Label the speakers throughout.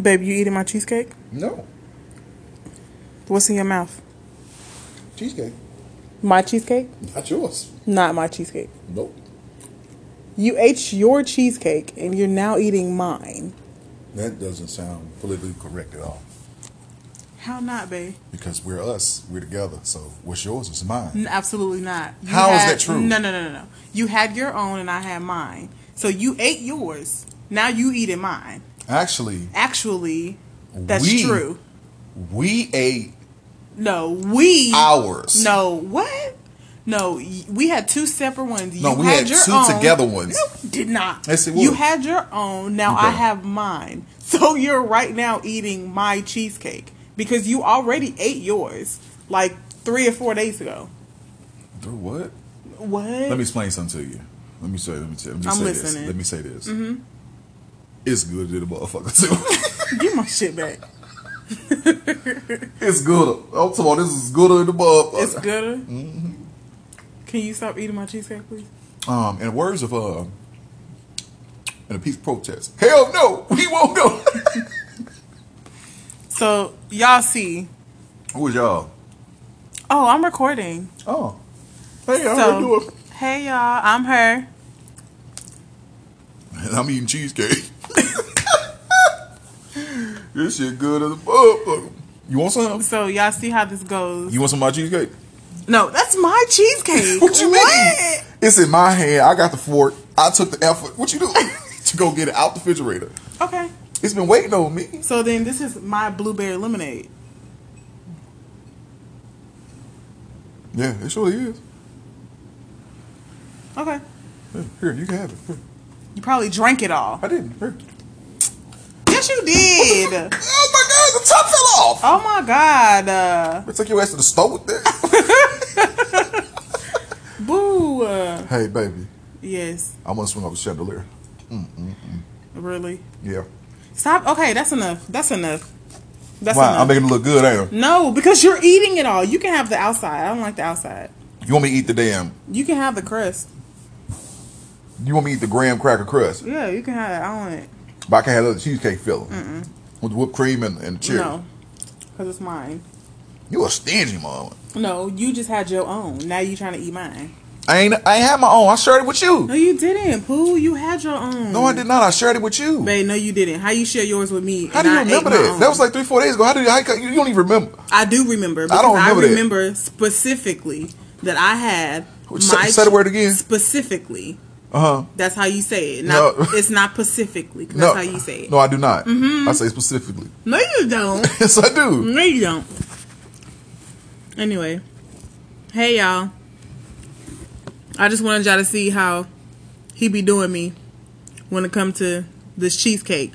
Speaker 1: Babe, you eating my cheesecake?
Speaker 2: No.
Speaker 1: What's in your mouth?
Speaker 2: Cheesecake.
Speaker 1: My cheesecake?
Speaker 2: Not yours.
Speaker 1: Not my cheesecake.
Speaker 2: Nope.
Speaker 1: You ate your cheesecake and you're now eating mine.
Speaker 2: That doesn't sound politically correct at all.
Speaker 1: How not, babe?
Speaker 2: Because we're us. We're together. So what's yours is mine.
Speaker 1: N- absolutely not. You
Speaker 2: How is
Speaker 1: had-
Speaker 2: that true?
Speaker 1: No, no, no, no, no. You had your own and I had mine. So you ate yours. Now you eating mine.
Speaker 2: Actually,
Speaker 1: Actually, that's
Speaker 2: We-
Speaker 1: true.
Speaker 2: we ate
Speaker 1: No, we.
Speaker 2: ours.
Speaker 1: No, what? No, y- we had two separate ones.
Speaker 2: No,
Speaker 1: you
Speaker 2: we had
Speaker 1: your
Speaker 2: two
Speaker 1: own.
Speaker 2: together ones.
Speaker 1: No, we did not.
Speaker 2: Yes, it
Speaker 1: You
Speaker 2: was.
Speaker 1: had your own. Now I
Speaker 2: Okay.
Speaker 1: have mine. So you're right now eating my cheesecake because you already ate yours like three or four days ago.
Speaker 2: Through what?
Speaker 1: What?
Speaker 2: Let me explain something to you. Let me say. Let me say. Let me
Speaker 1: I'm
Speaker 2: say
Speaker 1: listening. Mm-hmm.
Speaker 2: this. Let me say this. It's good to the motherfucker too.
Speaker 1: Give my shit back.
Speaker 2: it's good. I'm talking. about This is good to the motherfucker.
Speaker 1: It's gooder.
Speaker 2: Mm-hmm.
Speaker 1: Can you stop eating my cheesecake, please?
Speaker 2: Um, in the words of uh, in a peace protest. Hell no, we won't go.
Speaker 1: So y'all see.
Speaker 2: Who was y'all?
Speaker 1: Oh, I'm recording.
Speaker 2: Oh, hey, how
Speaker 1: so,
Speaker 2: you doing?
Speaker 1: hey y'all, I'm her.
Speaker 2: And I'm eating cheesecake. this shit good as a motherfucker. You want some?
Speaker 1: So y'all see how this goes.
Speaker 2: You want some of my cheesecake?
Speaker 1: No, that's my cheesecake.
Speaker 2: What you mean? It's in my hand. I got the fork. I took the effort. What you do to go get it out the refrigerator?
Speaker 1: Okay.
Speaker 2: It's been waiting on me.
Speaker 1: So then this is my blueberry lemonade.
Speaker 2: Yeah, it surely is.
Speaker 1: Okay.
Speaker 2: Yeah, Here, you can have it. Here.
Speaker 1: You probably drank it all.
Speaker 2: I didn't. Here.
Speaker 1: Yes, you did.
Speaker 2: Oh my god, the top fell off.
Speaker 1: Oh my god. Uh,
Speaker 2: I took your ass to the store with that.
Speaker 1: boo. Uh,
Speaker 2: hey, baby,
Speaker 1: yes.
Speaker 2: I want to swing off the chandelier.
Speaker 1: Really.
Speaker 2: Yeah.
Speaker 1: Stop. Okay, that's enough. That's enough. That's
Speaker 2: Why?
Speaker 1: enough.
Speaker 2: I'm making it look good, ain't I?
Speaker 1: no, because you're eating it all. You can have the outside. I don't like the outside.
Speaker 2: You want me to eat the damn?
Speaker 1: You can have the crust.
Speaker 2: You want me to eat the graham cracker crust?
Speaker 1: Yeah, you can have it. I don't want it.
Speaker 2: But I can't have the cheesecake filling with whipped cream and, and cherry.
Speaker 1: No. Because it's mine.
Speaker 2: You a stingy mama.
Speaker 1: No, you just had your own. Now you trying to eat mine.
Speaker 2: I ain't. I ain't had my own. I shared it with you.
Speaker 1: No, you didn't, Pooh. You had your own.
Speaker 2: No, I did not. I shared it with you.
Speaker 1: Babe, no, you didn't. How you share yours with me?
Speaker 2: How
Speaker 1: and
Speaker 2: do you
Speaker 1: I ate
Speaker 2: remember
Speaker 1: my
Speaker 2: that?
Speaker 1: own?
Speaker 2: That was like three, four days ago. How do you? How, you you don't even remember?
Speaker 1: I do remember. Because I
Speaker 2: don't
Speaker 1: remember.
Speaker 2: remember that.
Speaker 1: specifically that I had
Speaker 2: Say- say the word again.
Speaker 1: Specifically,
Speaker 2: Uh huh.
Speaker 1: that's how you say it. Not,
Speaker 2: No.
Speaker 1: it's not specifically. 'cause
Speaker 2: No.
Speaker 1: That's how you say it.
Speaker 2: No, I do not.
Speaker 1: Mm-hmm.
Speaker 2: I say specifically.
Speaker 1: No, you don't.
Speaker 2: yes, I do.
Speaker 1: no, you don't. Anyway, hey y'all. I just wanted y'all to see how he be doing me when it come to this cheesecake.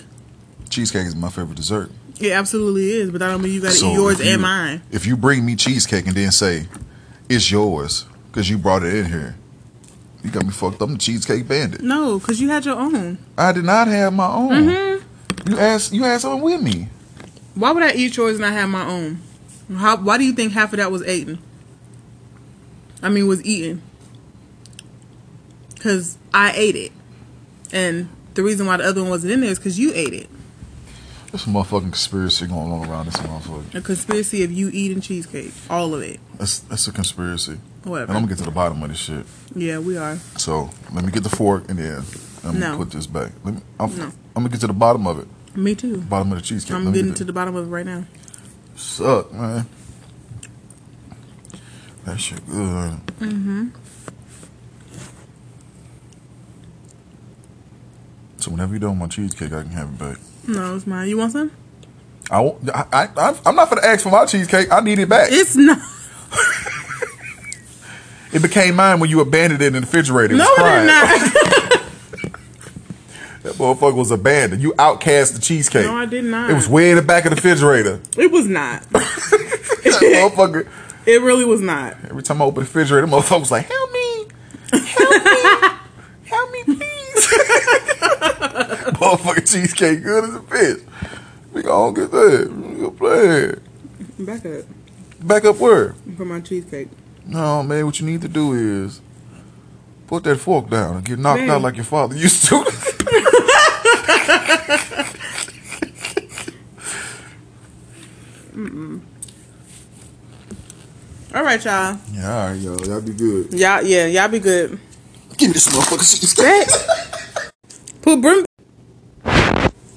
Speaker 2: Cheesecake is my favorite dessert.
Speaker 1: It absolutely is, but that don't mean you gotta
Speaker 2: So
Speaker 1: eat yours
Speaker 2: if you-
Speaker 1: and mine.
Speaker 2: If you bring me cheesecake and then say it's yours because you brought it in here, you got me fucked. I'm the cheesecake bandit.
Speaker 1: No, because you had your own.
Speaker 2: I did not have my own.
Speaker 1: Mm-hmm.
Speaker 2: You asked. You had something with me.
Speaker 1: Why would I eat yours and I have my own? How, why do you think half of that was eaten? I mean, was eaten. Because I ate it. And the reason why the other one wasn't in there is because you ate it.
Speaker 2: There's some motherfucking conspiracy going on around this motherfucker.
Speaker 1: A conspiracy of you eating cheesecake. All of it.
Speaker 2: That's that's a conspiracy.
Speaker 1: Whatever.
Speaker 2: And I'm gonna get to the bottom of this shit.
Speaker 1: Yeah, we are.
Speaker 2: So let me get the fork and then I'm
Speaker 1: No.
Speaker 2: gonna put this back. Let me, I'm,
Speaker 1: No.
Speaker 2: I'm gonna get to the bottom of it.
Speaker 1: Me too.
Speaker 2: Bottom of the cheesecake.
Speaker 1: I'm
Speaker 2: Let me
Speaker 1: getting
Speaker 2: get
Speaker 1: to the bottom of it right now.
Speaker 2: Suck, man. That shit good. Mm-hmm. So whenever you done with my cheesecake, I can have it back.
Speaker 1: No, it's mine. You want some?
Speaker 2: I won't, I, I, I'm- I'm not gonna ask for my cheesecake. I need it back. It,
Speaker 1: It's not.
Speaker 2: became mine when you abandoned it in the refrigerator. It
Speaker 1: No,
Speaker 2: was
Speaker 1: it
Speaker 2: crying.
Speaker 1: is not.
Speaker 2: That motherfucker was abandoned. You outcast the cheesecake.
Speaker 1: No, I did not.
Speaker 2: It was way in the back of the refrigerator.
Speaker 1: it was not.
Speaker 2: that motherfucker.
Speaker 1: It really was not.
Speaker 2: Every time I open the refrigerator, the motherfucker was like, "Help me, help me, help me, please." Motherfucking cheesecake, good as a bitch. We gonna get that. We gonna play.
Speaker 1: Back up
Speaker 2: Back up where?
Speaker 1: for my cheesecake.
Speaker 2: No, man. What you need to do is put that fork down and get knocked
Speaker 1: Man.
Speaker 2: out like your father used to.
Speaker 1: All right, y'all.
Speaker 2: Yeah, all right, yo, y'all be good.
Speaker 1: Y'all, yeah, y'all be good.
Speaker 2: Give me this motherfucker.
Speaker 1: Put bring